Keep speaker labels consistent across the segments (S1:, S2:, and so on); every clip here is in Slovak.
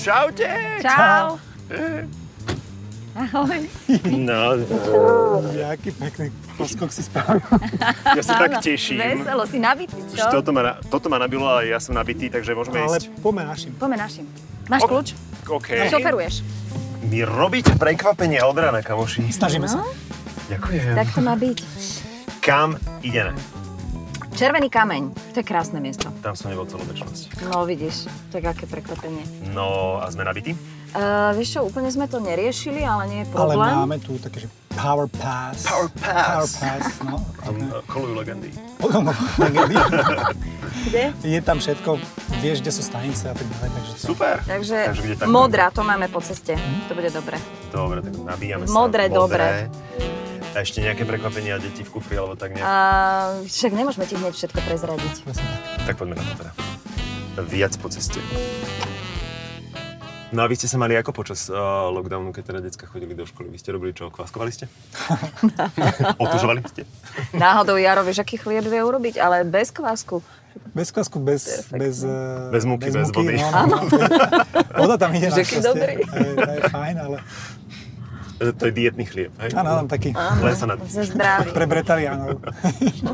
S1: Čaute!
S2: Čau. Ahoj.
S1: No,
S3: Jaký pekný poskok si spravil.
S1: ja sa tak
S2: Áno,
S1: teším.
S2: Veselo, si nabitý,
S1: Už
S2: čo?
S1: toto ma, na- toto ma nabilo, ale ja som nabitý, takže môžeme
S3: Ale
S1: ísť.
S3: poďme našim.
S2: Poďme našim. Máš
S1: Ok.
S2: kľúč?
S1: OK.
S2: Šoferuješ.
S1: My robíte prekvapenie od rána, kamoši.
S3: Snažíme sa.
S1: Ďakujem.
S2: No, Tak to má byť.
S1: Kam ideme?
S2: Červený kameň. To je krásne miesto.
S1: Tam som nebol celú väčšnosť.
S2: No vidíš, tak aké prekvapenie.
S1: No a sme nabití?
S2: Uh, vieš čo, úplne sme to neriešili, ale nie je
S3: Ale
S2: problém.
S3: máme tu také, že Power Pass.
S1: Power Pass.
S3: Power Pass, no.
S1: Tam eh, kolujú legendy.
S3: Potom,
S2: Kde?
S3: je tam všetko, vieš, kde sú stanice a tak ďalej, takže to-
S1: Super.
S2: Takže,
S1: bude tak-
S2: modrá, to máme po ceste. To bude dobre.
S1: Dobre, tak nabíjame
S2: Modré,
S1: sa.
S2: dobre.
S1: A ešte nejaké prekvapenia deti v kufri, alebo tak nejak.
S2: Uh, však nemôžeme ti hneď všetko prezradiť.
S3: Presne tak.
S1: Tak poďme na to teda. Viac po ceste. No a vy ste sa mali ako počas eh, lockdownu, keď teda decka chodili do školy? Vy ste robili čo? Kváskovali ste? Otužovali ste?
S2: Náhodou Jaro, vieš, aký chlieb vie urobiť, ale bez kvásku.
S3: Bez kvasku, bez...
S2: Perfektne.
S3: Bez, eh,
S1: Bez múky, bez vody.
S3: No, no, no. Voda tam ide
S2: Že aký
S3: našťastie.
S2: dobrý.
S3: To je, to je fajn, ale...
S1: Eh, To je dietný chlieb, hej?
S3: Áno, tam taký
S1: Len sa na...
S2: Ze zdravý.
S3: pre bretariánov.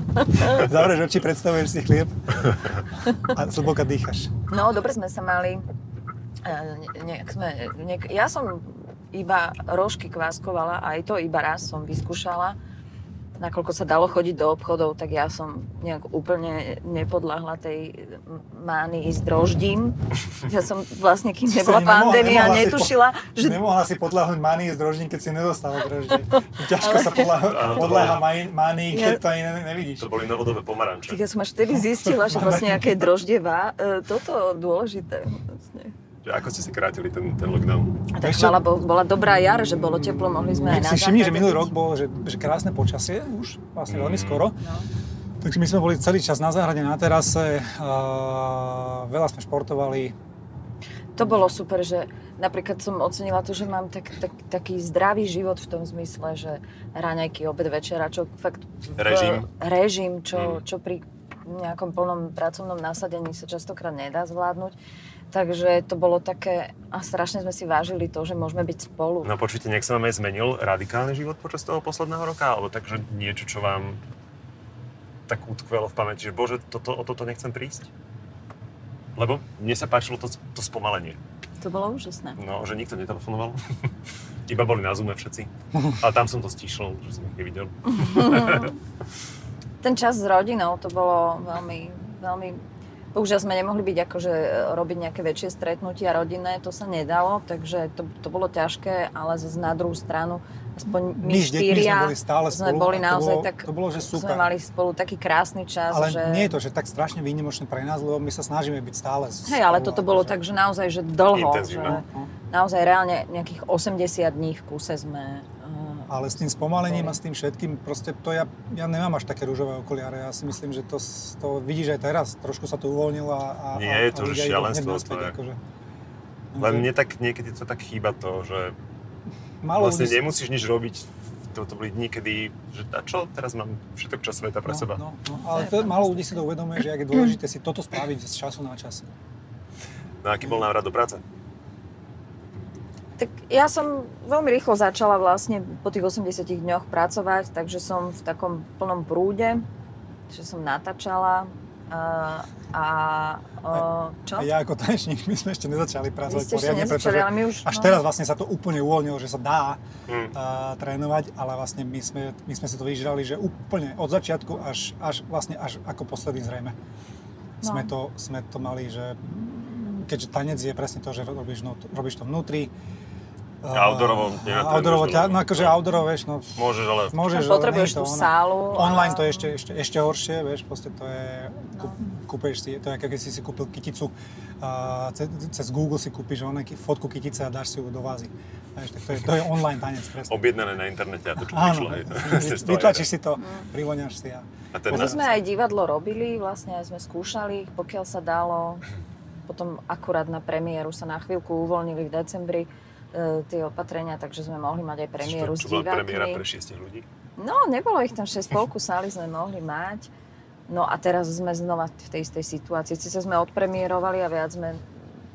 S3: Zavreš oči, predstavuješ si chlieb a zlboka dýchaš.
S2: No, dobre sme sa mali. e, ne- Nejak sme, nejak, ja som iba rožky kváskovala, aj to iba raz som vyskúšala. Nakoľko sa dalo chodiť do obchodov, tak ja som nejak úplne nepodľahla tej m- mány ísť droždím. Ja som vlastne, kým
S3: Si sa
S2: nebola
S3: nemohla-
S2: pandémia,
S3: nemohla si
S2: netušila,
S3: po-
S2: že
S3: Nemohla si podľahnuť manii z droždín, keď si nedostala droždín. Ťažko sa podľa, podľaha mani- manii, keď to ani ne- nevidíš.
S1: To boli novodobé pomaranče.
S2: Tak ja som až vtedy zistila, že vlastne aké droždeva, e, toto dôležité. Vlastne.
S1: Že ako ste si krátili ten, ten lockdown?
S2: Tak
S3: Ešte-
S2: chvála Bohu, bola dobrá jar, že bolo teplo, mohli sme aj na
S3: si všimni, že
S2: záhrade
S3: minulý
S2: byť.
S3: rok bolo že, že krásne počasie už, vlastne veľmi skoro.
S2: No.
S3: Takže my sme boli celý čas na záhrade, na terase, a veľa sme športovali.
S2: To bolo super, že napríklad som ocenila to, že mám tak, tak, taký zdravý život v tom zmysle, že raňajky, obed, večera, čo fakt... v-
S1: Režim. Mm.
S2: Režim, čo, čo pri nejakom plnom pracovnom nasadení sa častokrát nedá zvládnuť. Takže to bolo také... A strašne sme si vážili to, že môžeme byť spolu.
S1: No počujte, nejak sa vám aj zmenil radikálny život počas toho posledného roka, alebo takže niečo, čo vám tak utkvelo v pamäti, že bože, toto, o toto nechcem prísť? Lebo mne sa páčilo to, to spomalenie.
S2: To bolo úžasné.
S1: No, že nikto netelefonoval. Iba boli na Zoome všetci. A tam som to stíšil, že som ich nevidel.
S2: ten čas s rodinou, to bolo veľmi, veľmi... Bohužiaľ sme nemohli byť akože e, robiť nejaké väčšie stretnutia rodinné, to sa nedalo, takže to, to bolo ťažké, ale zase na druhú stranu, aspoň my,
S3: My s deťmi
S2: štyria
S3: sme boli stále
S2: sme
S3: spolu
S2: boli
S3: a to
S2: naozaj
S3: bolo-
S2: tak,
S3: to bolo, že super.
S2: sme mali spolu taký krásny čas,
S3: Ale
S2: že...
S3: nie je to, že tak strašne výnimočné pre nás, lebo my sa snažíme byť stále
S2: Hej, ale toto bolo tak, že naozaj, že dlho, že
S1: Intenzívne.
S2: naozaj reálne nejakých 80 dní v kuse sme... e,
S3: Ale s tým spomalením
S1: No.
S2: Boli.
S3: a s tým všetkým, proste to ja, ja nemám až také rúžové okuliare. Ja si myslím, že to, s- to vidíš aj teraz. Trošku sa to uvoľnilo a... a
S1: Nie, je
S3: a
S1: to už
S3: ľudia idú hneď
S1: šialenstvo,
S3: naspäť,
S1: to je-
S3: akože.
S1: Len mne tak niekedy to tak chýba to, že
S3: Málo
S1: vlastne
S3: ľudí-
S1: nemusíš nič robiť. To, to boli dni, kedy, že a čo, teraz mám všetok čas sveta pre
S3: no,
S1: seba.
S3: No, no, ale to, málo ľudí si to uvedomuje, že ak je dôležité si toto spraviť z času na čas.
S1: No aký bol návrat do práce?
S2: Tak ja som veľmi rýchlo začala vlastne po tých 80 dňoch pracovať, takže som v takom plnom prúde, že som natáčala a, a, a čo?
S3: A ja ako tanečník, my sme ešte
S2: Vy
S3: nezačali pracovať
S2: ste ešte
S3: poriadne,
S2: nezačali, ale my už...
S3: až
S2: no.
S3: teraz vlastne sa to úplne uvoľnilo, že sa dá
S1: Mm.
S3: a, trénovať, ale vlastne my sme, my sme si to vyžrali, že úplne od začiatku až, až vlastne až ako posledný zrejme. Sme,
S2: No.
S3: to, sme to mali, že keďže tanec je presne to, že robíš, no, robíš to vnútri.
S1: A outdoorovo
S3: A
S1: nenatrénuješ
S3: outdoorovo,
S1: veľa.
S3: ťa- no akože outdoorovo, vieš, no
S1: Môžeš, ale...
S3: môžeš, ale
S2: Potrebuješ
S3: nie je to
S2: tú
S3: ono.
S2: sálu. a-
S3: Online to je ešte, ešte, ešte horšie, vieš, proste to je, kúp, kúpeš si, to je ako keď si si kúpil kyticu, a cez, cez Google si kúpiš oné, ki- fotku kytice a dáš si ju do vázy. Vieš, tak to je, to je online tanec, presne.
S1: Objednané na internete a to čo
S3: Áno,
S1: prišlo. hej. Cez to
S3: vytlačíš
S1: aj,
S3: si to, privoňaš si a...
S1: A ten
S2: Potom
S1: na,
S2: sme aj divadlo robili, vlastne aj sme skúšali, pokiaľ sa dalo. Potom akurát na premiéru sa na chvíľku uvoľnili v decembri e, tie opatrenia, takže sme mohli mať aj premiéru
S1: čo,
S2: s
S1: čo bola premiéra
S2: divákmi.
S1: pre šiestich ľudí.
S2: No, nebolo ich tam 6 spolku sály sme mohli mať. No a teraz sme znova v tej istej situácii. Sice sme odpremierovali a viac sme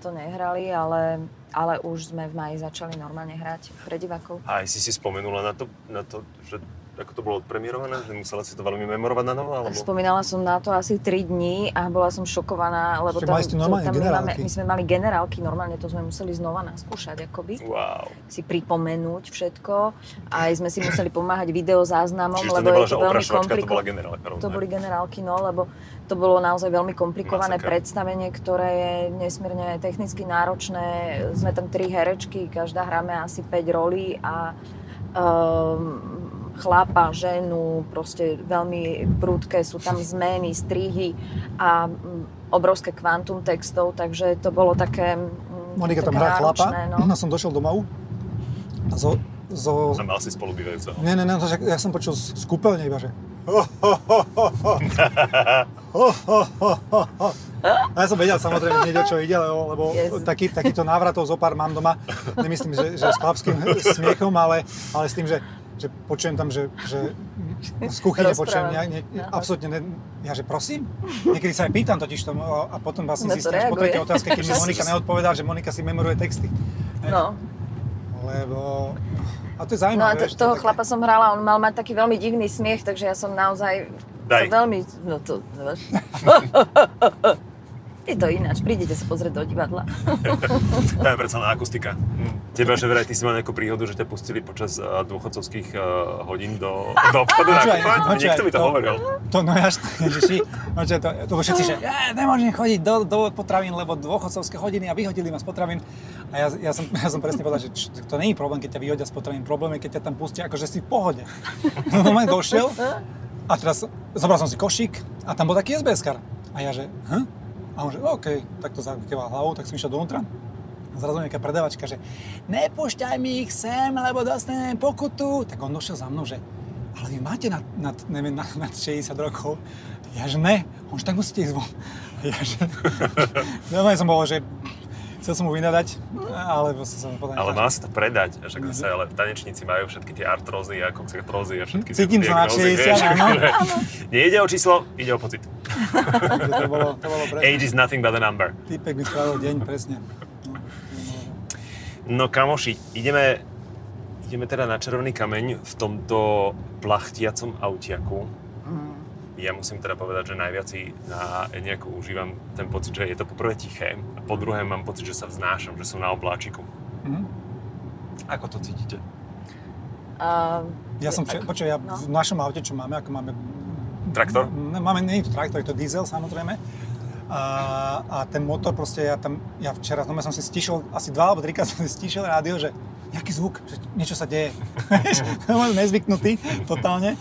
S2: to nehrali, ale, ale už sme v maji začali normálne hrať pre divákov.
S1: A aj si si spomenula na to, na to že ako to bolo odpremierované, že musela si to veľmi memorovať na novo, alebo...
S2: Spomínala som na to asi 3 dní a bola som šokovaná, lebo
S3: Čiže
S2: tam,
S3: mali ste
S2: to-
S3: normálne
S2: tam my, máme,
S3: generálky?
S2: my sme mali generálky, normálne to sme museli znova naskúšať, akoby
S1: Wow.
S2: si pripomenúť všetko. Aj sme si museli pomáhať videozáznamom,
S1: Čiže to
S2: No, lebo
S1: nebola,
S2: je
S1: že
S2: to veľmi
S1: oprašovačka, to bola
S2: komplikované.
S1: generálka. rovno,
S2: To
S1: hej?
S2: boli generálky, no, lebo to bolo naozaj veľmi komplikované
S1: Masaker.
S2: predstavenie, ktoré je nesmierne technicky náročné. Sme tam tri herečky, každá hráme asi 5 rolí a um, chlapa, ženu, proste veľmi prudké sú tam zmeny, strihy a mm, obrovské kvantum textov, takže to bolo také mm,
S3: Monika tam
S2: také
S3: hrá chlapa,
S2: náročné,
S3: no. som došiel domov a zo, zo...
S1: Som mal si spolubývajúceho.
S3: Ne, ne, ne, to, však ja som počul z z kúpeľne iba, že... A ja som vedel samozrejme hneď, o čo ide, lebo, lebo
S2: Yes.
S3: taký, takýto návratov zo pár mám doma. Nemyslím, že, že s chlapským smiechom, ale, ale s tým, že, že počujem tam, že, že z kuchyne
S2: Rozpráva.
S3: počujem, ja, ne,
S2: Aha.
S3: absolútne, ne, ja že prosím, niekedy sa aj pýtam totiž tomu a potom vlastne
S2: Na to
S3: zistím až po
S2: reaguje.
S3: tretej otázke, keď mi Monika neodpovedá, že Monika si memoruje texty.
S2: No,
S3: Lebo... A to je
S2: no a
S3: zaujímavé.
S2: to,
S3: vieš, to
S2: toho
S3: také-
S2: chlapa som hrala, on mal mať taký veľmi divný smiech, takže ja som naozaj
S1: Daj.
S2: To veľmi, no to... Je to ináč, prídete sa pozrieť do divadla.
S1: To je predsa len akustika.
S2: Mm.
S1: Teba, že vraj, ty si mal nejakú príhodu, že ťa pustili počas uh, dôchodcovských uh, hodín do, do obchodu
S3: Počúvaj,
S1: nakúpať?
S3: počúvaj,
S1: Niekto mi to
S3: to-
S1: hovoril.
S3: To no ja ježiši, oče, to, to bolo všetci, no, že ja, nemôžem chodiť do, do potravín, lebo dôchodcovské hodiny a vyhodili ma z potravín. A ja, ja, som, ja som presne povedal, že č, to není problém, keď ťa vyhodia z potravín, problém je, keď ťa tam pustia, akože si v pohode. No moment došiel a teraz zobral som si košík a tam bol taký sbs -kar. A ja že, hm? A on že, OK, tak to zakeval hlavou, tak som išiel dovnútra. A zrazu nejaká predavačka, že nepúšťaj mi ich sem, lebo dostanem pokutu. Tak on došiel za mnou, že ale vy máte nad, nad, neviem, nad, nad 60 rokov. Ja že ne, on že tak musíte ísť von. A Ja že... Normálne som bol, že chcel som mu vynadať, ale proste som podľa
S1: Ale má sa to predať, že zase,
S3: Mm-hmm.
S1: ale tanečníci majú všetky tie artrózy a koncentrózy a všetky tie
S3: Cítim sa na
S1: diagnózy,
S3: 60, áno.
S1: že- Nejde o číslo, ide o pocit.
S3: to bolo, to bolo presne.
S1: Age is nothing but a number.
S3: Týpek mi spravil deň, presne. No, nebolo.
S1: No kamoši, ideme, ideme teda na červený kameň v tomto plachtiacom autiaku. Mhm. Ja musím teda povedať, že najviac si na nejakú užívam ten pocit, že je to poprvé tiché a po druhé mám pocit, že sa vznášam, že som na obláčiku.
S3: Mhm.
S1: Ako to cítite?
S2: A,
S3: Ja som, včera- počuj, ja
S2: No.
S3: v našom aute, čo máme, ako máme...
S1: Traktor?
S3: Ne, máme, nie je to traktor, je to diesel samozrejme. A, a ten motor proste, ja tam, ja včera no, ja som si stišil, asi dva alebo trikrát som si stišil rádio, že jaký zvuk, že niečo sa deje. Mám nezvyknutý totálne.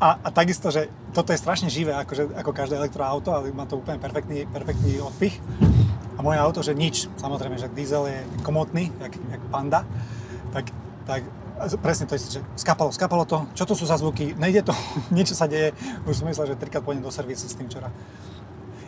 S3: A, a takisto, že toto je strašne živé, akože, ako každé elektroauto, ale má to úplne perfektný, perfektný odpich. A moje auto, že nič, samozrejme, že diesel je komotný, jak, jak panda, tak, tak a z- presne to isté, že skapalo, skapalo to, čo to sú za zvuky, nejde to, niečo sa deje, už som myslel, že trikrát pôjdem do servisu s tým včera.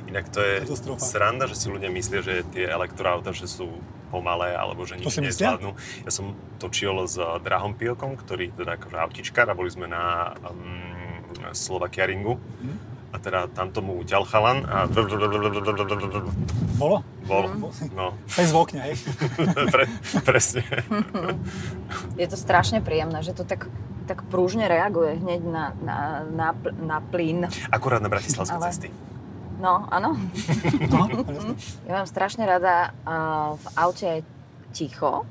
S1: Inak to je
S3: Katastrofa.
S1: sranda, že si ľudia myslia, že tie elektroauta že sú pomalé alebo že nič
S3: si myslia?
S1: nezvládnu. Ja som točil s Drahom Pilkom, ktorý teda akože autičkár a boli sme na um, Slovakia Ringu
S3: Mhm.
S1: a teda tam tomu ťal chalan a
S3: Bolo?
S1: bol,
S3: Mhm.
S1: no,
S3: Bez v okne, hej.
S1: pre, presne.
S2: je to strašne príjemné, že to tak, tak prúžne reaguje hneď na, na, na, pl- na plyn.
S1: Akurát na bratislavské
S2: Ale-
S1: cesty.
S2: No, áno.
S3: No, presne.
S2: Ja mám strašne rada a v aute je ticho,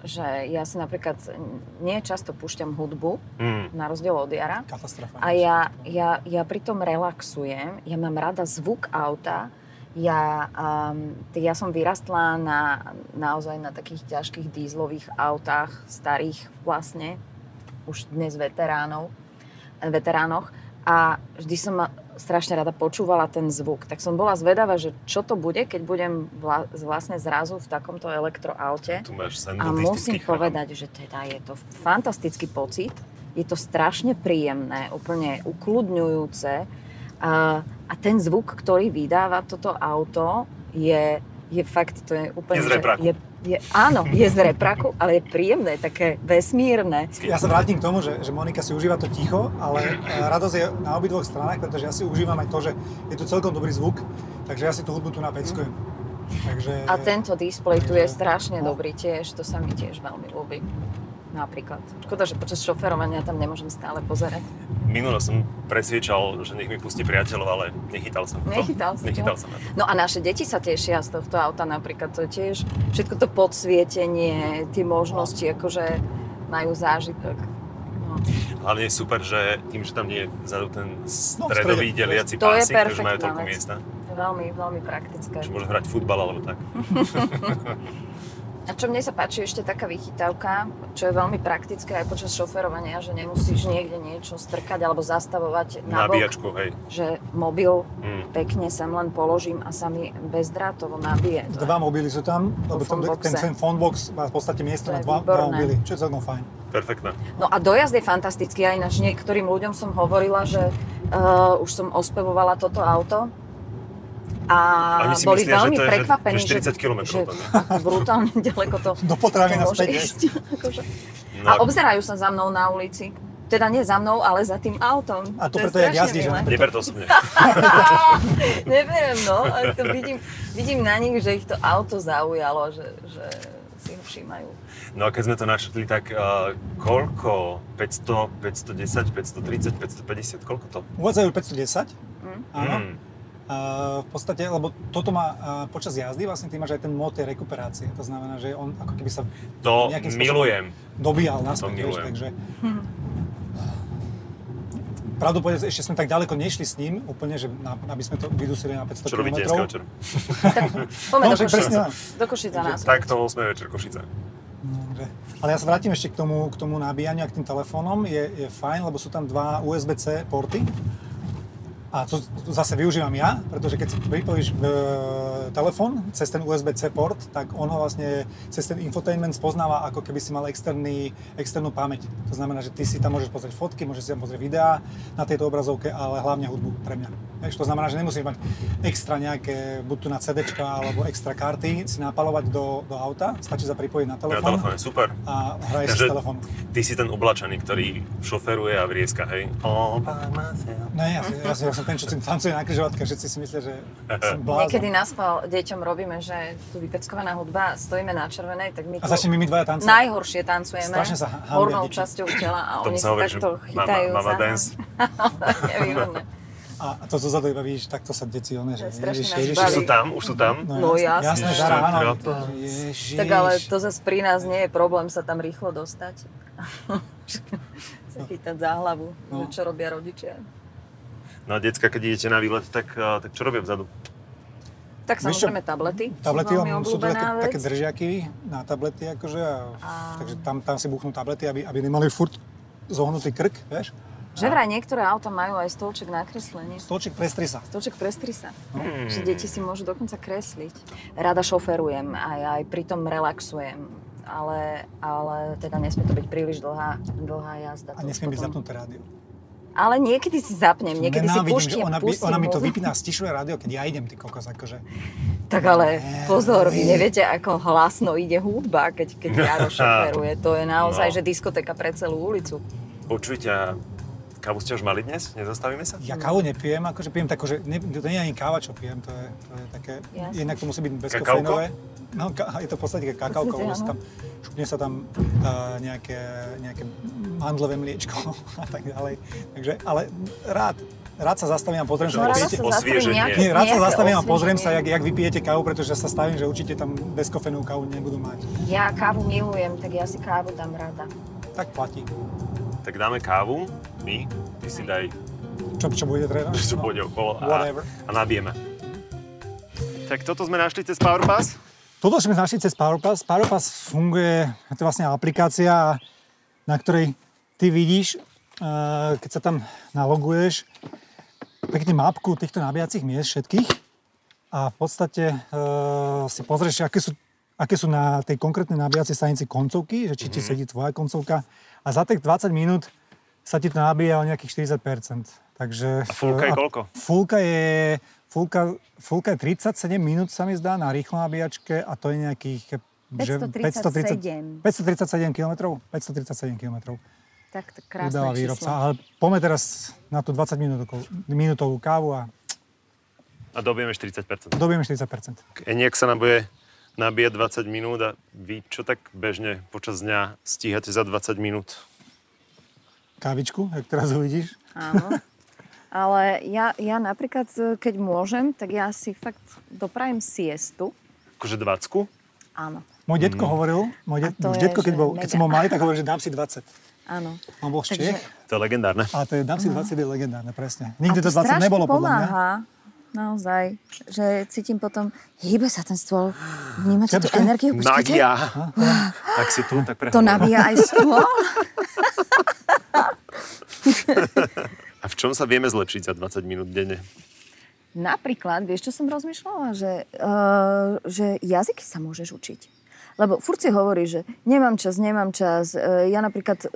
S2: že ja si napríklad nie často púšťam hudbu,
S1: Mm.
S2: na rozdiel od Jara.
S3: Katastrofa.
S2: A ja, ja, ja pritom relaxujem, ja mám rada zvuk auta, ja, um, ja som vyrastla na, naozaj na takých ťažkých dízlových autách, starých vlastne, už dnes veteránov, eh, veteránoch a vždy som ma- strašne rada počúvala ten zvuk. Tak som bola zvedavá, že čo to bude, keď budem vla, vlastne zrazu v takomto elektroaute.
S1: Tu máš sen
S2: A musím povedať, že teda je to fantastický pocit, je to strašne príjemné, úplne ukludňujúce a, a ten zvuk, ktorý vydáva toto auto, je, je fakt, to je úplne...
S1: Je z
S2: že
S1: repraku.
S2: Je, je, áno, je z repraku, ale je príjemné, také vesmírne.
S3: Ja sa vrátim k tomu, že, že Monika si užíva to ticho, ale e, radosť je na obidvoch stranách, pretože ja si užívam aj to, že je tu celkom dobrý zvuk, takže ja si tú hudbu tu napeckujem. Takže,
S1: Mm.
S2: A tento displej tu je
S3: Takže-
S2: strašne
S3: no.
S2: dobrý tiež, to sa mi tiež veľmi ľúbi. Napríklad. Škoda, že počas šoferovania tam nemôžem stále pozerať.
S1: Minule som presviečal, že nech mi pustí priateľov, ale nechytal som to.
S2: Nechytal si to?
S1: Nechytal som na to.
S2: No a naše deti sa tešia z tohto auta napríklad, to je tiež všetko to podsvietenie, tie možnosti, akože majú zážitok. No.
S1: Hlavne je super, že tým, že tam nie je vzadu ten
S3: strede.
S1: stredový deliaci
S2: To je
S1: pásik, takže majú
S2: perfektná
S1: toľko
S2: vec.
S1: miesta,
S2: To je veľmi, veľmi praktické.
S1: že môže hrať futbal alebo tak.
S2: A čo mne sa páči ešte taká vychytávka, čo je veľmi praktické aj počas šoferovania, že nemusíš niekde niečo strkať alebo zastavovať na bok,
S1: Nabíjačku, hej.
S2: že mobil
S1: Mm.
S2: pekne sem len položím a sa mi bezdrátovo nabije. To je-
S3: Dva mobily sú tam, lebo ten,
S2: phoneboxe.
S3: ten, ten phonebox má v podstate miesto
S2: To
S3: na
S2: je
S3: dva,
S2: výborné.
S3: dva mobily, čo je celkom fajn.
S1: Perfektné.
S2: No a dojazd je fantastický, aj ináč niektorým ľuďom som hovorila, že uh, už som ospevovala toto auto a
S1: Oni si
S2: boli
S1: myslia, že
S2: veľmi
S1: to je že-
S2: prekvapení,
S1: že 40 kilometrov
S2: že
S1: tam je.
S2: ako brutálne ďaleko to,
S3: Do
S2: to
S3: potravy na
S2: môže
S3: späť. vieš.
S2: ísť. Akože.
S1: No
S2: A obzerajú sa za mnou na ulici. Teda nie za mnou, ale za tým autom.
S3: A to
S2: je
S3: preto, jak
S2: strašne
S3: jazdíš,
S2: milé.
S3: áno?
S1: Neber to osobne.
S2: Neberiem, no, ale to vidím, vidím na nich, že ich to auto zaujalo, že, že si ho všímajú.
S1: No a keď sme to našli, tak uh, koľko? 500, 510, 530, 550, koľko to?
S3: Uvádzajú 510,
S2: Mm.
S3: áno.
S1: Mm.
S3: A v podstate, lebo toto má a počas jazdy, vlastne ty máš aj ten mod tej rekuperácie. To znamená, že on ako keby sa
S1: To
S3: Nejakým spôsobom-
S1: milujem.
S3: dobíjal naspäť, vieš,
S1: milujem.
S3: takže... Pravdu povedať, ešte sme tak ďaleko nešli s ním, úplne, že na, aby sme to vydusili na
S1: Čo
S3: 500 km.
S1: robíte dneska večer?
S2: Poďme
S3: No,
S2: do
S3: že
S2: Košic.
S3: presne tak.
S2: Do Košic za nás.
S1: Takto 8 večer Košice.
S3: Dobre. Hm, Ale ja sa vrátim ešte k tomu, k tomu nabíjaniu a k tým telefónom. Je, je fajn, lebo sú tam dva USB-C porty. A to, to zase využívam ja, pretože keď si pripojíš e, telefón cez ten USB-C port, tak on ho vlastne cez ten infotainment spoznáva, ako keby si mal externý, externú pamäť. To znamená, že ty si tam môžeš pozrieť fotky, môžeš si tam pozrieť videá na tejto obrazovke, ale hlavne hudbu pre mňa. Vieš, to znamená, že nemusíš mať extra nejaké, buď tu na CD alebo extra karty, si napalovať do, do auta, stačí sa pripojiť na
S1: Na
S3: telefón
S1: telefóne, super.
S3: a hraješ
S1: Takže-
S3: z telefónu.
S1: Ty si ten oblačený, ktorý šoferuje a vrieska, hej? All by myself.
S3: Ne, ja, ja, No ja som ten, čo si tancuje na kryžovatke, všetci si myslia, že som
S2: Niekedy
S3: blázon.
S2: naspal deťom robíme, že tu vypeckovaná hudba, stojíme na červenej, tak my
S3: A
S2: tu
S3: začneme my dvaja tancovať.
S2: najhoršie tancujeme
S3: Strašne sa hambia
S2: hornou
S3: deti.
S2: časťou tela a
S1: Tomu
S2: oni
S1: sa
S2: sa
S1: hovorí, že
S2: takto
S1: mama,
S2: chytajú
S1: mama
S2: za No,
S1: dance.
S2: Nevýhodne.
S3: A to zo zadu iba vidíš, takto sa deti one,
S2: To
S3: že
S2: je strašne nás
S1: Už
S2: baví.
S1: sú tam, už sú tam.
S2: No jasné.
S3: Jasné,
S1: Ježiš, to
S3: žara,
S1: je
S3: áno.
S1: trápne.
S3: Ježiš.
S2: Tak ale to zase pri nás nie je problém sa tam rýchlo dostať. sa chytať za hlavu, že
S3: No.
S2: čo robia rodičia.
S1: No a decka, keď idete na výlet, tak, eh, tak čo robia vzadu?
S2: Tak
S3: Vieš čo?
S2: samozrejme tablety.
S3: Tablety,
S2: sú veľmi
S3: on- sú to také,
S2: obľúbená vec.
S3: také držiaky na tablety, akože, a,
S2: A-
S3: takže tam, tam si buchnú tablety, aby, aby nemali furt zohnutý krk, vieš?
S2: Že vraj niektoré auta majú aj stolček na kreslenie.
S3: Stolček prestri sa.
S2: Stolček prestri sa. no?
S1: Hmm.
S2: Že deti si môžu dokonca kresliť. Rada šoferujem a ja aj pritom relaxujem. Ale, ale teda nesmie to byť príliš dlhá, dlhá jazda. To
S3: A
S2: už
S3: nesmie byť
S2: potom-
S3: zapnuté rádio.
S2: Ale niekedy si zapnem, niekedy si
S3: Nenávidím, že
S2: puštím,
S3: ona, by,
S2: pustím
S3: ona mi to
S2: mobil.
S3: vypína, stišuje rádio, keď ja idem, ty kokos, akože.
S2: Tak ale
S3: Ne.
S2: pozor, vy neviete, ako hlasno ide hudba, keď, keď Jaro šoferuje. To je naozaj,
S1: No.
S2: že diskoteka pre celú ulicu.
S1: Počujte, a kávu ste už mali dnes? Nezastavíme sa?
S3: Ja kávu nepijem, akože pijem tak, že ne, to nie je ani káva, čo pijem, to je, to je také,
S2: Jasne.
S3: jednak to musí byť
S1: Kakauko?
S3: bezkofeinové. No, ka, je to v podstate kakauko,
S2: podstate
S3: lebo sa
S2: áno.
S3: tam, šupne sa tam uh, nejaké, nejaké mandlové mliečko a tak ďalej. Takže, ale rád, No, rád sa zastavím a pozriem
S1: Takže
S3: sa,
S1: Osvie-
S2: No, rada
S3: určite,
S2: sa zastaví
S1: osvieženie.
S2: nejaké-
S3: nie, rád sa
S2: nejaké
S3: zastavím a pozriem
S2: osvieženie.
S3: sa, jak, jak vy pijete kávu, pretože sa stavím, že určite tam bezkofeínú kávu nebudú mať.
S2: Ja kávu milujem, tak ja si kávu dám rada.
S3: Tak platí.
S1: Tak dáme kávu, my, ty si daj,
S3: Čo, čo bude treba?
S1: čo
S3: No,
S1: pôjde okolo a,
S3: Whatever.
S1: a nabijeme. Tak toto sme našli cez Powerpass.
S3: Toto sme našli cez PowerPass. PowerPass funguje, je to vlastne aplikácia, na ktorej ty vidíš, eh, keď sa tam naloguješ, pekne mapku týchto nabíjacích miest všetkých a v podstate eh, si pozrieš, aké sú, aké sú na tej konkrétnej nabíjacej stanici koncovky, že či
S1: Mhm.
S3: ti sedí tvoja koncovka a za tých 20 minút sa ti to nabíja o nejakých 40%. Takže,
S1: A fullka je
S3: eh,
S1: koľko?
S3: Fulka je, fulka, fulka je 37 minút sa mi zdá na rýchlo nabíjačke a to je nejakých... že
S2: 537.
S3: 537 km? 537 km.
S2: Tak to
S3: Udáva
S2: krásne
S3: výrobca.
S2: číslo.
S3: Ale poďme teraz na tú 20 minútovú, minútovú kávu a
S1: A dobijeme 40%.
S3: Dobijeme 40%.
S1: Eniak sa nabuje nabíjať 20 minút a vy čo tak bežne počas dňa stíhate za 20 minút?
S3: Kávičku, ak teraz uvidíš.
S2: Áno. Ale ja, ja napríklad, e, keď môžem, tak ja si fakt doprajem siestu.
S1: Akože 20?
S2: Áno,
S3: Môj detko hovoril, môj det,
S2: A to
S3: už
S2: je,
S3: detko, keď,
S2: že
S3: bol, keď
S2: mega.
S3: som bol malý, tak hovoril, že dám si 20.
S2: áno.
S3: On bol z
S2: Takže-
S3: Čech,
S1: To je legendárne.
S3: a to je dám si 20 je legendárne, presne.
S2: A
S3: Nikdy to 20
S2: strašne
S3: nebolo podľa mňa.
S2: pomáha, naozaj, že cítim potom, hýbe sa ten stôl, vnímate tú
S3: Čiapočka?
S2: energiu, počkajte,
S1: Magia. Ak si tu, tak
S2: to
S1: prehovor.
S2: nabíja aj stôl.
S1: A v čom sa vieme zlepšiť za 20 minút denne?
S2: Napríklad, vieš, čo som rozmýšľala? Že, uh, že jazyky sa môžeš učiť. Lebo furt si hovorí, že nemám čas, nemám čas. E, Ja napríklad e,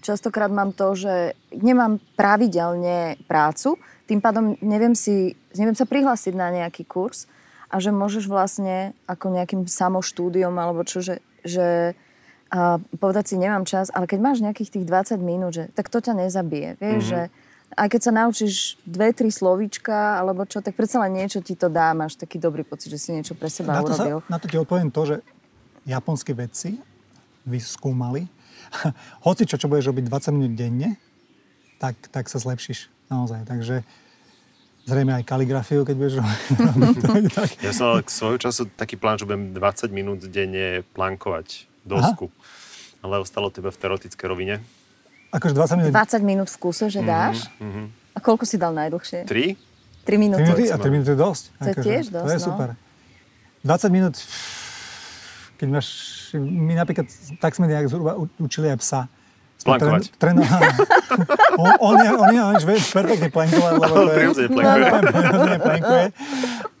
S2: častokrát mám to, že nemám pravidelne prácu, tým pádom neviem, si, neviem sa prihlásiť na nejaký kurz a že môžeš vlastne ako nejakým samoštúdiom alebo čo, že, že a povedať si nemám čas, ale keď máš nejakých tých 20 minút, že, tak to ťa nezabije. Vieš,
S3: Mhm.
S2: mm-hmm. že aj keď sa naučíš dve, tri slovíčka alebo čo, tak predsa len niečo ti to dá, máš taký dobrý pocit, že si niečo pre seba
S3: na to, sa,
S2: urobil.
S3: na to ti odpoviem to, že japonskí vedci vyskúmali, hoci čo, čo budeš robiť 20 minút denne, tak, tak sa zlepšíš. Naozaj. Takže zrejme aj kaligrafiu, keď budeš robiť. tak, tak.
S1: Ja som mal k svojho času taký plán, že budem 20 minút denne plankovať dosku. Ale ostalo tebe v teoretické rovine.
S3: Akože 20 minút.
S2: 20 minút v kuse, že dáš. Mm-hmm. A koľko si dal najdlhšie? 3
S1: Tri?
S3: Mhm, Tri
S2: minúty.
S3: minúty, a 3 minúty je dosť. Akože
S2: To je tiež
S3: To
S2: dosť,
S3: je
S2: no.
S3: super. 20 minút, keď máš, my napríklad, tak sme nejak zhruba u- učili aj psa. Sme
S1: Plankovať.
S3: Tren, tréno- on, on, je, on, je, on je perfektne plankovať, lebo
S1: Ale
S3: to je-
S1: prirodzene plankuje.
S3: Prirodzene plankuje.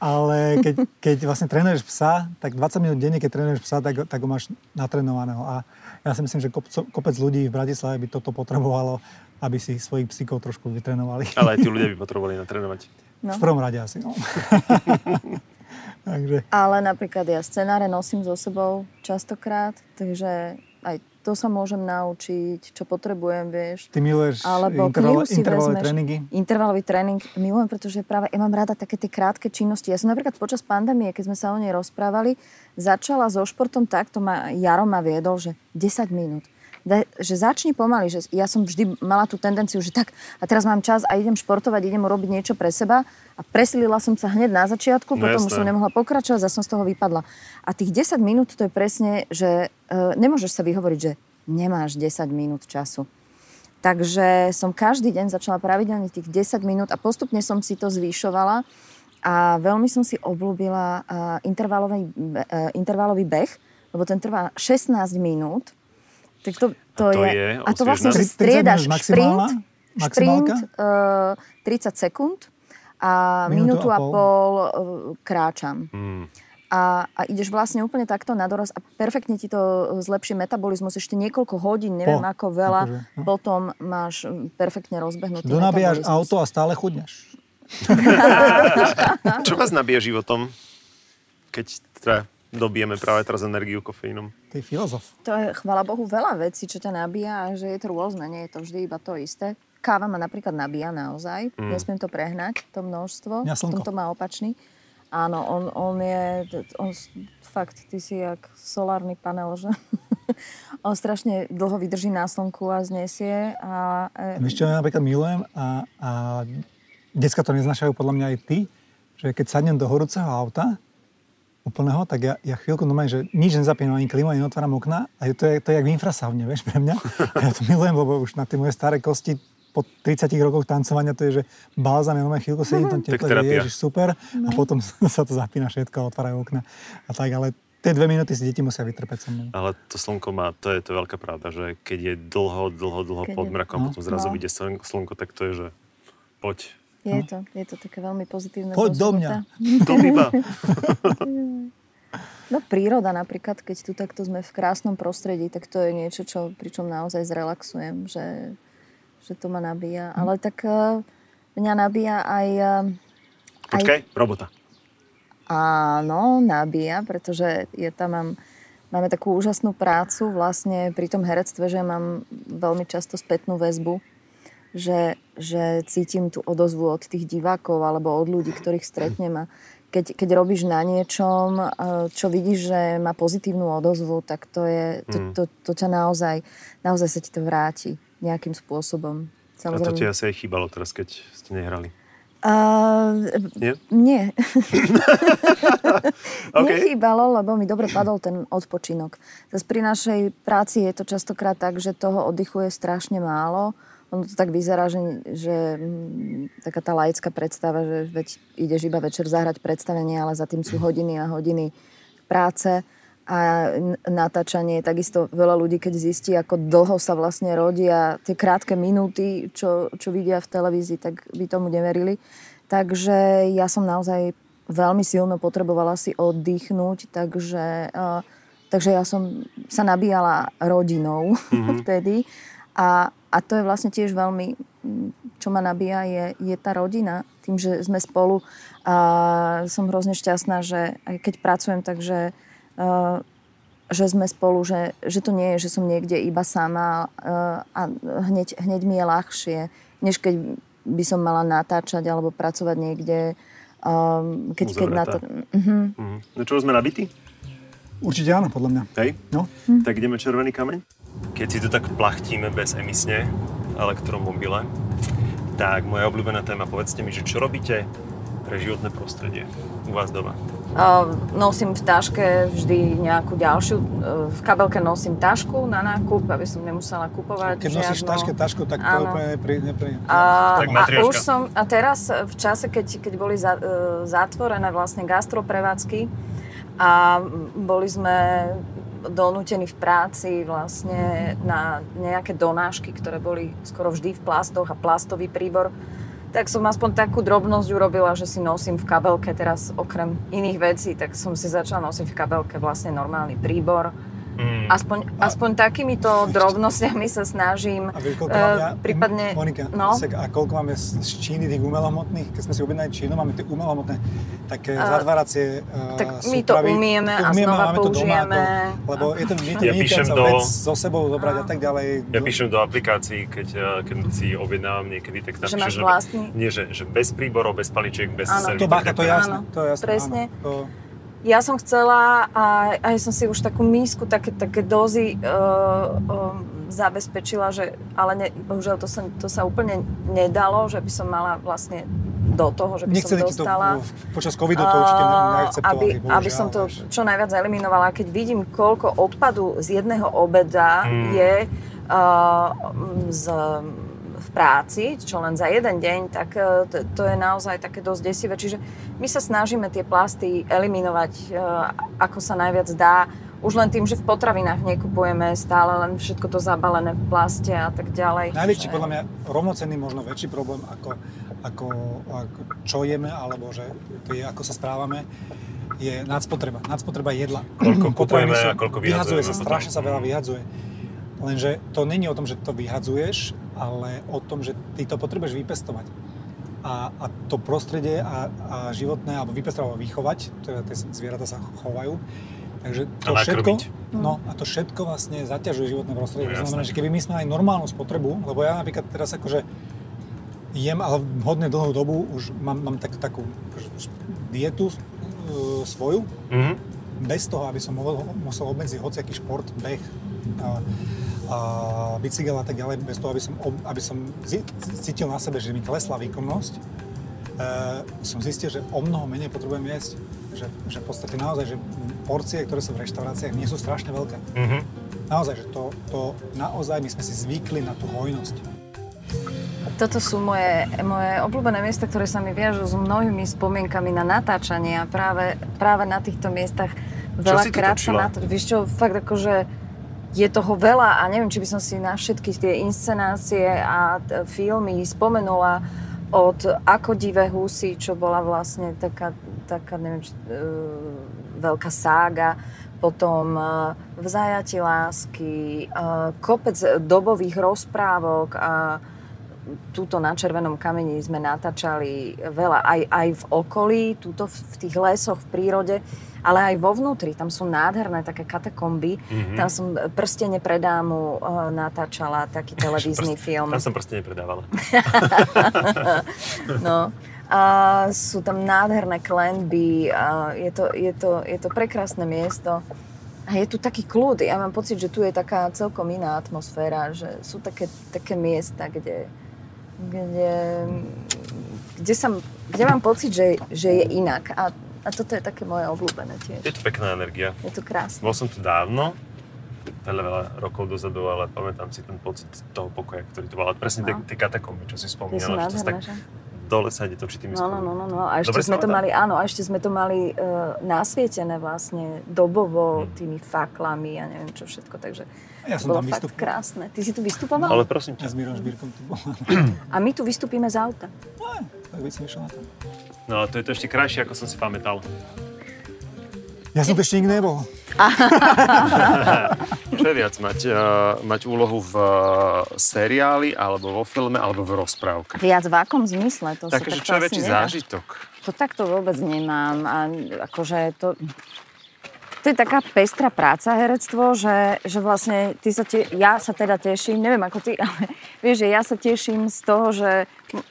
S3: Ale keď, keď vlastne trénuješ psa, tak 20 minút denne, keď trénuješ psa, tak, tak ho máš natrénovaného. A ja si myslím, že kopco, kopec ľudí v Bratislave by toto potrebovalo, aby si svojich psíkov trošku vytrénovali.
S1: Ale aj tí ľudia by potrebovali natrénovať.
S2: No.
S3: V prvom rade asi, no. Takže
S2: Ale napríklad ja scenáre nosím so sebou častokrát, takže aj to sa môžem naučiť, čo potrebujem, vieš.
S3: ty miluješ
S2: Alebo
S3: interval,
S2: knihu si
S3: intervalové
S2: vezmeš.
S3: tréningy.
S2: Intervalový tréning milujem, pretože práve ja mám rada také tie krátke činnosti. Ja som napríklad počas pandémie, keď sme sa o nej rozprávali, začala so športom tak, to ma Jaro ma viedol, že 10 minút. Da, že začni pomaly, že ja som vždy mala tú tendenciu, že tak a teraz mám čas a idem športovať, idem robiť niečo pre seba a presilila som sa hneď na začiatku,
S1: No
S2: potom už
S1: jasné.
S2: som nemohla pokračovať, zase som z toho vypadla. A tých 10 minút to je presne, že e, nemôžeš sa vyhovoriť, že nemáš 10 minút času. Takže som každý deň začala pravidelne tých 10 minút a postupne som si to zvýšovala a veľmi som si obľúbila a, intervalový, be- e, intervalový beh, lebo ten trvá 16 minút. Tak to, to,
S1: to je
S2: je, A
S1: osviežná-
S2: to vlastne, že
S3: 30 minút
S2: striedaš
S3: maximálna?
S2: šprint,
S3: Maximálka?
S2: šprint e, 30 sekúnd a
S3: Minútu
S2: minútu,
S3: a
S2: a
S3: pol.
S2: pol e, kráčam
S1: Hmm.
S2: a, a ideš vlastne úplne takto na doraz a perfektne ti to e, zlepší metabolizmus ešte niekoľko hodín, neviem
S3: Po,
S2: ako veľa,
S3: akože, no.
S2: potom máš mm, perfektne rozbehnutý
S3: Donabíjaš
S2: metabolizmus.
S3: auto a stále chudneš.
S1: Čo vás nabíja životom, keď teda dobijeme práve teraz energiu kofeínom?
S3: Ty filozof.
S2: To je, chvala Bohu, veľa vecí, čo ťa nabíja a že je to rôzne, nie je to vždy iba to isté. Káva ma napríklad nabíja naozaj, mm. nesmiem to prehnať, to množstvo,
S3: Mňa slnko.
S2: v tomto má opačný. Áno, on, on je, on, s- fakt, ty si jak solárny panel, že on strašne dlho vydrží na slnku a znesie a e,
S3: Vieš čo, ja napríklad milujem a, a decka to neznašajú podľa mňa aj ty, že keď sadnem do horúceho auta, úplného, tak ja, ja chvíľku normálne, že nič nezapínam, ani klimu, ani otváram okna a je to, je, to je jak v infrasaune, vieš, pre mňa. A ja to milujem, lebo už na tie moje staré kosti po 30 rokoch tancovania to je, že balzam, ja normálne chvíľku sedím v tom teple, že
S1: terapia.
S3: ježiš, super a potom sa to zapína všetko a otvárajú okna a tak, ale tie dve minúty si deti musia vytrpeť so mnou.
S1: Ale to slnko má, to je to je veľká pravda, že keď je dlho, dlho, dlho
S2: Keď je-
S1: pod mrakom,
S3: No.
S1: potom zrazu
S2: No.
S1: vyjde sln- slnko, tak to je, že poď.
S2: Je to, je to také veľmi pozitívne.
S3: no. Poď do mňa.
S2: života.
S1: To iba.
S2: No príroda napríklad, keď tu takto sme v krásnom prostredí, tak to je niečo, čo, pričom naozaj zrelaxujem, že, že to ma nabíja. Ale tak eh, mňa nabíja aj... eh, aj
S1: Počkaj, robota.
S2: Áno, nabíja, pretože ja tam mám, máme takú úžasnú prácu vlastne pri tom herectve, že mám veľmi často spätnú väzbu že, že cítim tú odozvu od tých divákov alebo od ľudí, ktorých stretnem a keď, keď robíš na niečom, e, čo vidíš, že má pozitívnu odozvu, tak to je, to,
S1: Mm.
S2: to, to ťa naozaj, naozaj sa ti to vráti nejakým
S1: A
S2: spôsobom.
S1: to ti
S2: Samozrejme.
S1: asi aj chýbalo teraz, keď ste nehrali.
S2: Uh,
S1: Nie?
S2: nie,
S1: OK.
S2: Nechýbalo, lebo mi dobre padol ten odpočinok. Zas pri našej práci je to častokrát tak, že toho oddychu je strašne málo. Ono to tak vyzerá, že, že mm, taká tá laická predstava, že veď ideš iba večer zahrať predstavenie, ale za tým sú hodiny a hodiny práce a n- natáčanie. Takisto veľa ľudí, keď zistí, ako dlho sa vlastne rodia tie krátke minúty, čo, čo vidia v televízii, tak by tomu neverili. Takže ja som naozaj veľmi silno potrebovala si oddychnúť, takže, eh, takže ja som sa nabíjala rodinou mm-hmm. vtedy. A, a to je vlastne tiež veľmi, mm, čo ma nabíja, je, je tá rodina. Tým, že sme spolu a som hrozne šťastná, že aj keď pracujem, takže eh, že sme spolu, že, že to nie je, že som niekde iba sama eh, a hneď, hneď mi je ľahšie, než keď by som mala natáčať alebo pracovať niekde. Um, keď, keď na to... Mhm.
S1: Mhm. No čo, už sme nabití?
S3: Určite áno, podľa mňa.
S1: Hej?
S3: No.
S4: Mhm.
S1: Tak ideme červený kameň? Keď si to tak plachtíme bezemisne v elektromobile, tak moja obľúbená téma, povedzte mi, že čo robíte pre životné prostredie u vás doma?
S4: Uh, nosím v taške vždy nejakú ďalšiu, uh, v kabelke nosím tašku na nákup, aby som nemusela kupovať.
S3: Keď nosíš
S4: žiadnu.
S3: taške, tašku, tak to
S4: Áno.
S3: úplne pri, nepri,
S4: A,
S1: Tak
S4: a
S1: matriaška.
S4: už som, a teraz e, v čase, keď, keď boli za, e, zatvorené vlastne gastroprevádzky a boli sme donútení v práci vlastne na nejaké donášky, ktoré boli skoro vždy v plastoch a plastový príbor, tak som aspoň takú drobnosť urobila, že si nosím v kabelke teraz okrem iných vecí, tak som si začala nosiť v kabelke vlastne normálny príbor.
S1: Mm.
S4: Aspoň, aspoň takýmito drobnosťami sa snažím.
S3: A vieš,
S4: Eh,
S3: koľko mám ja,
S4: prípadne,
S3: Monika,
S4: no.
S3: sek, a koľko máme z z Číny tých umelomotných? Keď sme si objednali Čínu, máme tie umelomotné také
S4: Eh,
S3: zatváracie uh,
S4: tak my to umieme a znova
S3: máme to doma,
S4: použijeme.
S3: ako, lebo je to, je to
S1: Ja píšem
S3: vynikajúca
S1: do-
S3: vec so sebou zobrať a tak ďalej.
S4: No.
S1: Ja píšem do aplikácií, keď, eh, keď si objednávam niekedy, tak tam
S4: Že máš
S1: píšu,
S4: vlastný?
S1: nie, že, že bez príborov, bez paličiek, bez
S4: Áno.
S1: servítok.
S3: To bacha, to je jasné.
S4: Áno,
S3: To je jasné,
S4: presne.
S3: Áno, to,
S4: Ja som chcela a aj som si už takú mísku, také, také dozy uh, um, zabezpečila, že, ale ne, bohužiaľ to sa, to sa úplne nedalo, že by som mala vlastne do toho, že by
S3: nechceli
S4: som
S3: ti to
S4: dostala.
S3: v- počas covidu to určite ne-
S4: a,
S3: neakceptovali.
S4: aby,
S3: bohužiaľ,
S4: aby som to
S3: vieš.
S4: čo najviac eliminovala. Keď vidím, koľko odpadu z jedného obeda
S1: Mm.
S4: je uh, z, v práci, čo len za jeden deň, tak eh, to, to je naozaj také dosť desivé. Čiže my sa snažíme tie plasty eliminovať, eh, ako sa najviac dá. Už len tým, že v potravinách nekupujeme stále len všetko to zabalené v plaste a tak ďalej.
S3: Najväčší,
S4: Že-
S3: podľa mňa, rovnocenný, možno väčší problém, ako, ako, ako čo jeme, alebo že to je, ako sa správame, je nadspotreba. Nadspotreba jedla.
S1: Koľko
S3: Potraviny
S1: kupujeme
S3: sú-
S1: a koľko vyhadzujeme
S3: vyhadzuje sa,
S1: potom. Mhm.
S3: strašne sa veľa vyhadzuje. Lenže to není o tom, že to vyhadzuješ, ale o tom, že ty to potrebuješ vypestovať. A, a to prostredie a, a životné, alebo vypestovať, alebo vychovať, teda tie zvieratá sa chovajú, Takže to
S1: A
S3: všetko,
S1: nakrmiť.
S3: no, a to všetko vlastne zaťažuje životné
S1: No,
S3: prostredie. To
S1: jasné.
S3: znamená, že keby my sme aj normálnu spotrebu, lebo ja napríklad teraz akože jem, ale hodne dlhú dobu už mám, mám tak, takú akože dietu e, svoju,
S1: Mhm.
S3: bez toho, aby som mohol, musel obmedziť hociaký šport, beh, a, a bicykel a tak ďalej, bez toho, aby som, ob- aby som zi- cítil na sebe, že mi klesla výkonnosť, e, som zistil, že o mnoho menej potrebujem jesť. Že, že v podstate naozaj, že porcie, ktoré sú v reštauráciách, nie sú strašne veľké.
S1: Mhm.
S3: Naozaj, že to, to naozaj my sme si zvykli na tú hojnosť.
S4: Toto sú moje, moje obľúbené miesta, ktoré sa mi viažú s mnohými spomienkami na natáčanie a práve, práve na týchto miestach
S1: si tu
S4: veľakrát sa
S1: točila?
S4: natáča. Vieš čo, fakt akože je toho veľa a neviem, či by som si na všetky tie inscenácie a t- filmy spomenula od Ako divé husy, čo bola vlastne taká, taká neviem, či, e, veľká sága, potom e, v zajati lásky, e, kopec dobových rozprávok a túto na Červenom kameni sme natáčali veľa, aj, aj v okolí, túto v, v tých lesoch, v prírode, ale aj vo vnútri. Tam sú nádherné také katakomby.
S1: Mhm.
S4: Mm-hmm. Tam som prstene predámu uh, natáčala taký televízny
S1: Prst-
S4: film.
S1: Tam som proste nepredávala.
S4: No. A sú tam nádherné klenby, a je, to, je, to, je to prekrásne miesto. A je tu taký kľud. Ja mám pocit, že tu je taká celkom iná atmosféra, že sú také, také miesta, kde, kde, kde, sa, kde mám pocit, že, že je inak. A, a toto je také moje obľúbené
S1: Je
S4: tiež.
S1: to pekná energia.
S4: Je to krásne.
S1: Bol som tu dávno, veľa, veľa rokov dozadu, ale pamätám si ten pocit toho pokoja, ktorý tu bol. Ale presne tie,
S4: No.
S1: tie katakomby, čo si
S4: Je sú
S1: spomínala, že to
S4: nádherné,
S1: tak
S4: že?
S1: dole sa ide točitými
S4: No, no, no, no, no. A ešte Dobre
S1: Dobre
S4: sme
S1: sa
S4: to
S1: pamätám.
S4: mali, áno, a ešte sme to mali uh, nasvietené vlastne dobovo
S1: Mm.
S4: tými faklami a neviem čo všetko, takže
S3: Ja
S4: to
S3: som
S4: bolo fakt
S3: tam vystupoval.
S4: krásne. Ty si tu vystupoval?
S1: Ale prosím
S3: Ja
S1: ťa.
S3: s Mírom Žbírkom tu bol.
S4: A my tu vystupíme z auta.
S3: tak by som išiel na to.
S1: No a to je to ešte krajšie, ako som si pamätal.
S3: Ja som tu ešte nikdy nebol.
S1: Čo je viac, mať, uh, mať úlohu v eh, seriáli, alebo vo filme, alebo v rozprávke?
S2: Viac v akom zmysle? To sa
S1: Takže
S2: takto
S1: čo je
S2: asi
S1: väčší
S2: nedá.
S1: zážitok?
S2: To takto vôbec nemám. A akože to... To je taká pestrá práca, herectvo, že, že vlastne ty sa te, ja sa teda teším, neviem ako ty, ale vieš, že ja sa teším z toho, že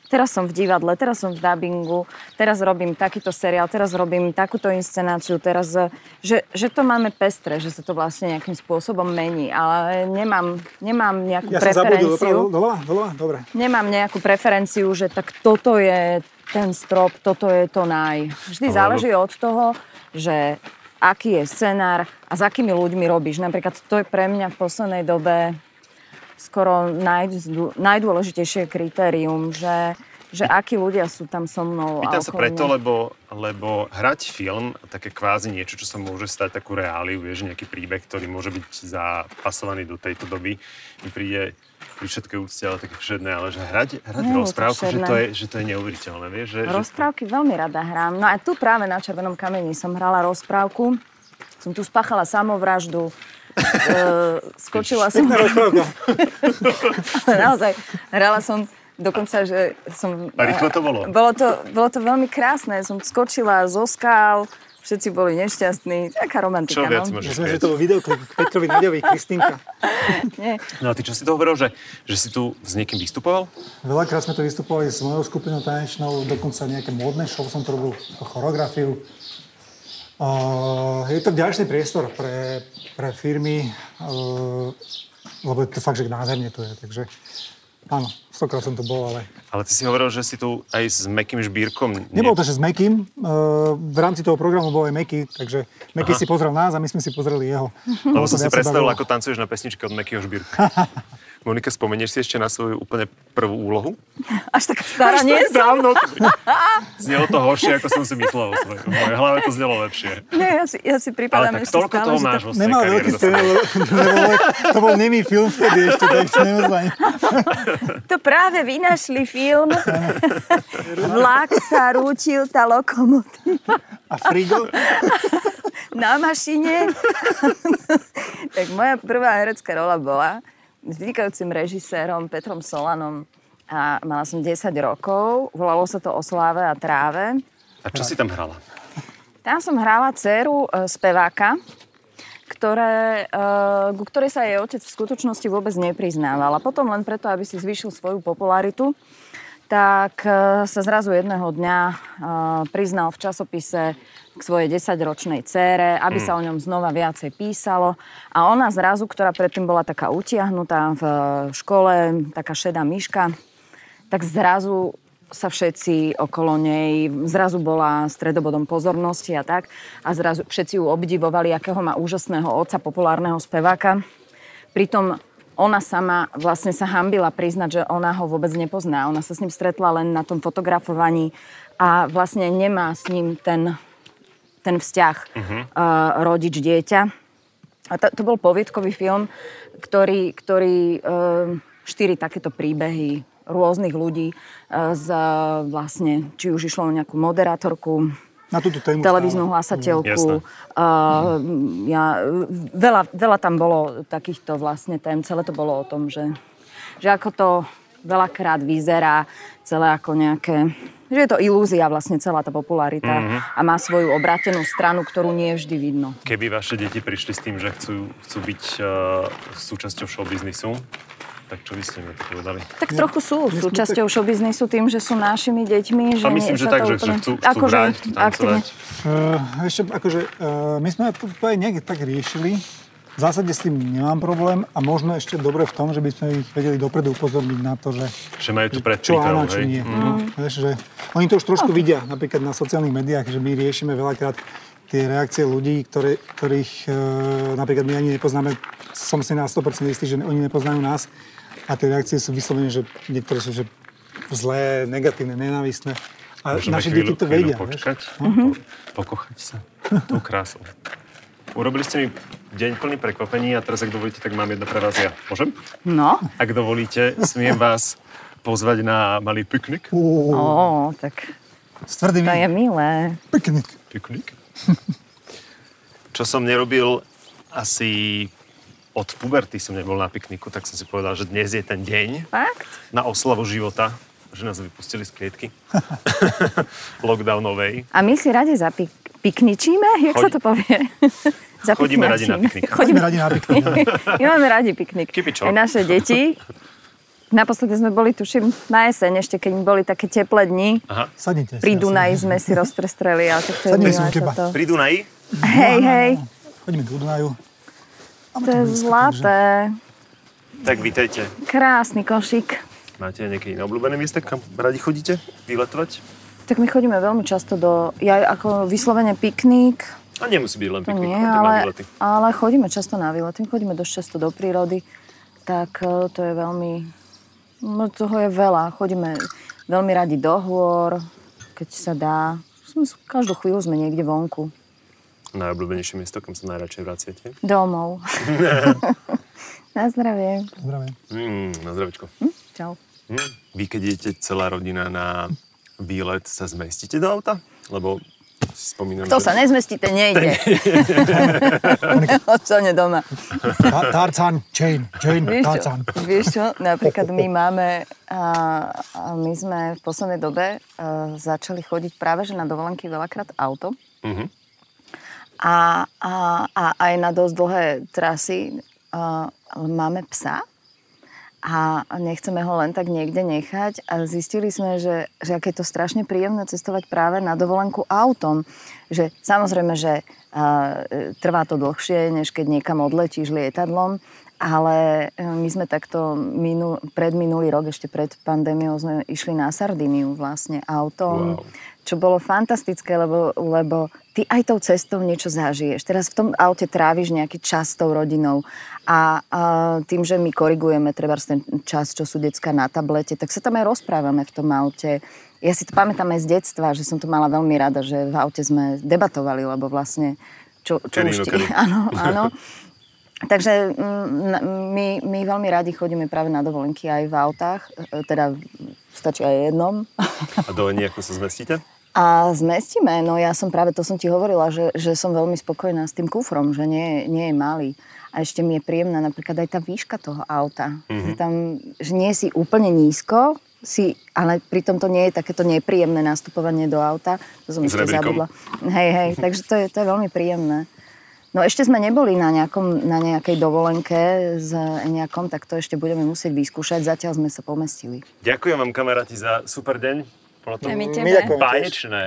S2: teraz som v divadle, teraz som v dubbingu, teraz robím takýto seriál, teraz robím takúto inscenáciu, teraz, že, že to máme pestre, že sa to vlastne nejakým spôsobom mení, ale nemám, nemám nejakú
S3: Ja som zabudil,
S2: preferenciu.
S3: doprava, doľava, doľava, dobre.
S2: Nemám nejakú preferenciu, že tak toto je ten strop, toto je to naj.
S1: Áno.
S2: Vždy záleží od toho, že aký je scenár a s akými ľuďmi robíš. Napríklad to je pre mňa v poslednej dobe skoro najdô- najdôležitejšie kritérium, že, že akí ľudia sú tam so mnou. a
S1: Pýtam sa
S2: okolo
S1: preto,
S2: mňa.
S1: lebo, lebo hrať film, také kvázi niečo, čo sa môže stať takú reáliu, vieš, nejaký príbeh, ktorý môže byť zapasovaný do tejto doby, mi príde pri všetkej úcte, ale také všedné, ale že hrať, hrať
S2: Nie je to
S1: rozprávku, že to,
S2: všedné.
S1: je, že to je neuveriteľné, vieš, že, že
S2: Rozprávky veľmi rada hrám. No a tu práve na Červenom kameni som hrala rozprávku. Som tu spáchala samovraždu. E, skočila som...
S3: Pekná rozprávka.
S2: naozaj, hrala som dokonca, že som...
S1: A rýchlo to bolo?
S2: Bolo to, bolo to veľmi krásne. Som skočila zo skál, všetci boli nešťastní. Taká romantika,
S1: čo viac
S2: no.
S1: môžeš
S3: Ja som že
S1: viac?
S3: to bol videoklip k Petrovi Naďovi, Kristýnka.
S2: Nie.
S1: No a ty čo si to hovoril, že, že si tu s niekým vystupoval?
S3: Veľakrát sme to vystupovali s mojou skupinou tanečnou, dokonca nejaké módne show som to robil, ako choreografiu. Uh, je to vďačný priestor pre, pre firmy, uh, lebo je to fakt, že nádherne tu je, takže áno, stokrát som tu bol, ale
S1: Ale ty si hovoril, že si tu aj s Mekým Žbírkom.
S3: nebolo to, že s Mekým, uh, v rámci toho programu bol aj Meky, takže Meky si pozrel nás a my sme si pozreli jeho.
S1: Lebo som si
S3: Ja sa
S1: predstavil,
S3: bavil.
S1: ako tancuješ na pesničke od Mekýho Žbírka. Monika, spomenieš si ešte na svoju úplne prvú úlohu?
S2: Až taká stará nie som.
S1: Dávno. Znelo to horšie, ako som si myslel. V svojej- v mojej hlave to znelo lepšie.
S2: Nie, ja si, ja
S1: Ale
S2: si pripadám
S1: tak
S2: ešte
S1: toľko
S2: stále,
S1: toho
S2: že
S1: máš
S2: tak-
S1: vo svojej
S3: Nemal veľký scén,
S1: kariére.
S3: lebo, lebo to bol nemý film vtedy ešte, tak si neozaj.
S2: To práve vynašli film. Vlak sa rútil, tá lokomotíva
S3: A Frigo,
S2: na mašine. tak moja prvá herecká rola bola s vynikajúcim režisérom Petrom Solanom a mala som 10 rokov. Volalo sa to O sláve a tráve.
S1: A čo si tam hrala?
S2: Tam som hrála dceru e, speváka, ktoré, e, ku ktorej sa jej otec v skutočnosti vôbec nepriznával. A potom len preto, aby si zvýšil svoju popularitu, tak e, sa zrazu jedného dňa e, priznal v časopise k svojej 10-ročnej cére, aby sa o ňom znova viacej písalo. A ona zrazu, ktorá predtým bola taká utiahnutá v e, škole, taká šedá myška, tak zrazu sa všetci okolo nej, zrazu bola stredobodom pozornosti a tak. A zrazu všetci ju obdivovali, akého má úžasného otca, populárneho speváka. Pritom ona sama vlastne sa hambila priznať, že ona ho vôbec nepozná. Ona sa s ním stretla len na tom fotografovaní a vlastne nemá s ním ten, ten vzťah uh-huh. uh, rodič-dieťa. A to, to bol poviedkový film, ktorý, ktorý e, štyri takéto príbehy rôznych ľudí e, z e, vlastne, či už išlo o nejakú moderátorku,
S3: na túto tému
S2: televíznu
S3: stále.
S1: Jasné.
S2: hlasateľku. E, ja, veľa, veľa tam bolo takýchto vlastne tém. Celé to bolo o tom, že, že ako to veľakrát vyzerá celé ako nejaké že je to ilúzia vlastne celá tá popularita mm-hmm. a má svoju obratenú stranu, ktorú nie je vždy vidno.
S1: Keby vaše deti prišli s tým, že chcú, chcú byť uh, súčasťou showbiznisu, tak čo by ste mi to povedali?
S2: Tak trochu sú súčasťou showbiznisu tým, že sú našimi deťmi. Že
S1: A myslím,
S2: nie-
S1: že
S2: sa
S1: tak,
S2: to
S1: že, že chcú, chcú
S2: akože
S1: hrať, chcú
S2: aktívne.
S1: tancovať.
S3: Uh, ešte akože, uh, my sme to aj niekde tak riešili. V zásade s tým nemám problém a možno ešte dobre v tom, že by sme ich vedeli dopredu upozorniť na to, že
S1: Že majú tu pred
S3: čo áno,
S1: prípravou,
S3: čo
S1: hej?
S3: nie.
S1: Mm.
S3: Mm. Vieš, že oni to už trošku vidia, napríklad na sociálnych médiách, že my riešime veľakrát tie reakcie ľudí, ktoré, ktorých e, napríklad my ani nepoznáme, som si na 100% istý, že oni nepoznajú nás a tie reakcie sú vyslovene, že niektoré sú že zlé, negatívne, nenávistné. A
S1: Môžeme
S3: naše
S1: chvíľu,
S3: deti to
S1: chvíľu
S3: vedia.
S1: počkať, po- pokochať sa tou krásou. Urobili ste mi deň plný prekvapení a teraz, ak dovolíte, tak mám jedno pre vás ja. Môžem?
S2: No,
S1: Ak dovolíte, smiem vás pozvať na malý piknik.
S3: Uú,
S2: ó, tak
S3: s tvrdým
S2: No. to je milé.
S3: piknik.
S1: Piknik? Čo som nerobil asi od puberty som nebol na pikniku, tak som si povedal, že dnes je ten deň
S2: Fakt?
S1: na oslavu života, že nás vypustili z klietky lockdownovej.
S2: A my si radi zapikničíme, jak
S1: Chod-
S2: sa to povie?
S1: Chodíme radi na
S2: Zapikniačíme.
S1: piknik.
S3: Poďme radi na piknik.
S2: My máme radi piknik.
S1: Kipičo.
S2: Aj naše deti. Naposledy sme boli, tuším, na jeseň, ešte keď boli také teplé dni.
S1: Aha.
S3: Sadnite si.
S2: Pri
S3: ja som-
S2: Dunaji sme si rozprestreli, ale tak to je
S3: Sadni si
S2: milé
S3: u teba.
S2: toto.
S1: Pri Dunaji
S3: No,
S2: Hej, hej,
S3: Poďme k Dunaju. Máme
S2: to je
S3: tam blízko, takže-
S2: zlaté.
S1: Tak vítajte.
S2: Krásny košík.
S1: Máte aj nejaké iné obľúbené miesta, kam radi chodíte vyletovať?
S2: Tak my chodíme veľmi často do, ja ako vyslovene piknik,
S1: A nemusí byť len
S2: to
S1: piknik,
S2: nie,
S1: chodíte na
S2: ale,
S1: výlety.
S2: ale chodíme často na výlety, chodíme dosť často do prírody, tak e, to je veľmi, no toho je veľa, chodíme veľmi radi do hôr, keď sa dá, Sme- každú chvíľu sme niekde vonku,
S1: Najobľúbenejšie miesto, kam sa najradšej vraciate?
S2: domov. na zdravie.
S3: Zdravím.
S1: Mm, na zdravičko.
S2: Hm? Čau.
S1: Mm. Vy keď idete celá rodina na výlet, sa zmestíte do auta? Lebo si spomínam,
S2: Kto sa nezmestí, ten nejde. Ostane doma.
S3: Ta- Tarzan, Jane, Jane,
S2: Vieš čo,
S3: Tarzan.
S2: vieš čo, napríklad my máme, a, a my sme v poslednej dobe a, začali chodiť práve že na dovolenky veľakrát auto
S1: Mhm.
S2: a, a, a aj na dosť dlhé trasy a, ale máme psa a nechceme ho len tak niekde nechať a zistili sme, že, že aké je to strašne príjemné cestovať práve na dovolenku autom. Že samozrejme, že a, e, trvá to dlhšie, než keď niekam odletíš lietadlom, ale e, my sme takto minul, pred minulý rok, ešte pred pandémiou, sme išli na Sardiniu vlastne autom.
S1: Wow.
S2: Čo bolo fantastické, lebo, lebo ty aj tou cestou niečo zažiješ. Teraz v tom aute tráviš nejaký čas s tou rodinou a, a tým, že my korigujeme treba ten čas, čo sú decka na tablete, tak sa tam aj rozprávame v tom aute. Ja si to pamätám aj z detstva, že som to mala veľmi rada, že v aute sme debatovali, lebo vlastne čo, čo
S1: Kedy
S2: už ti...
S1: inokedy.
S2: Áno, áno. Takže mm, na- my, my veľmi radi chodíme práve na dovolenky aj v autách, e, teda stačí aj jednom.
S1: A do ako sa zmestíte?
S2: A zmestíme, no ja som práve, to som ti hovorila, že, že som veľmi spokojná s tým kufrom, že nie, je- nie je malý. A ešte mi je príjemná napríklad aj tá výška toho auta. Mm-hmm.
S1: Mhm.
S2: Že, tam, že nie si úplne nízko, si, ale pritom to nie je takéto nepríjemné nastupovanie do auta. To som
S1: S
S2: ešte
S1: rebríkom.
S2: zabudla. Hej, hej, takže to je, to je veľmi príjemné. No ešte sme neboli na, nejakom, na nejakej dovolenke s nejakom, tak to ešte budeme musieť vyskúšať. Zatiaľ sme sa pomestili.
S1: Ďakujem vám, kamaráti, za super deň. Bolo to
S4: My
S3: My
S4: tebe.
S3: ďakujeme tiež.
S1: báječné.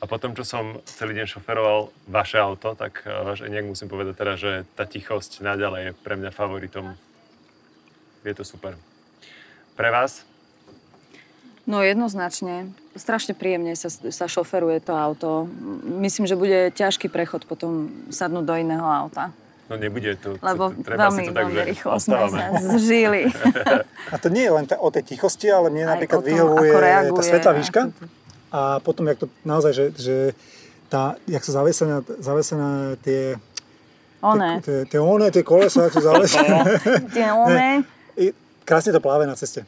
S1: A potom, čo som celý deň šoferoval vaše auto, tak eh, váš Eniak musím povedať teda, že tá tichosť naďalej je pre mňa favoritom. Je to super. Pre vás?
S4: No jednoznačne. Strašne príjemne sa, sa šoferuje to auto. Myslím, že bude ťažký prechod potom sadnúť do iného auta.
S1: No nebude to.
S4: Lebo
S1: to- treba si
S4: veľmi,
S1: to tak,
S4: veľmi
S1: že
S4: rýchlo sme
S1: ostávame.
S4: sa zžili.
S3: A to nie je len tá, o tej tichosti, ale mne
S4: Aj
S3: napríklad
S4: o tom,
S3: vyhovuje
S4: ako reaguje
S3: tá svetlá
S4: a
S3: výška. A potom, jak to naozaj, že, že tá, jak sú zavesené, zavesené tie,
S4: One.
S3: tie, tie, tie, one, tie kolesa, jak sú zavesené.
S4: Tie one.
S3: I krásne to pláve na ceste.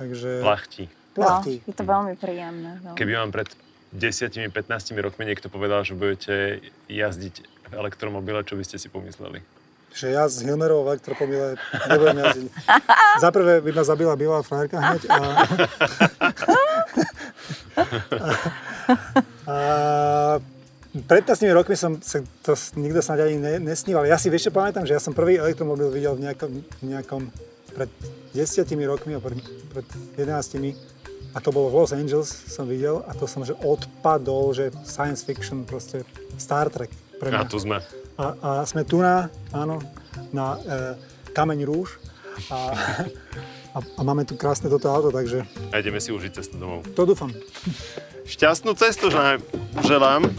S3: Takže
S1: Plachtí.
S4: No,
S3: plachtí.
S4: je to veľmi príjemné. veľmi.
S1: Keby vám pred 10-15 rokmi niekto povedal, že budete jazdiť v elektromobile, čo by ste si pomysleli?
S3: Že ja s Hilmerovou v elektropomile nebudem jazdiť. Za prvé by ma zabila bývalá frajerka hneď. A... a... Pred 15 rokmi som sa to s- nikto snáď ani ne, nesníval. Ja si vieš, čo pamätám, že ja som prvý elektromobil videl v nejakom, v nejakom pred 10 rokmi a pred, pred 11 a to bolo v Los Angeles, som videl a to som že odpadol, že science fiction, proste Star Trek pre mňa.
S1: A tu sme.
S3: A, a sme tu na, áno, na e, Kameň rúž a, a, a máme tu krásne toto auto, takže
S1: A ideme si užiť cestu domov.
S3: to dúfam.
S1: Šťastnú cestu ža- želám.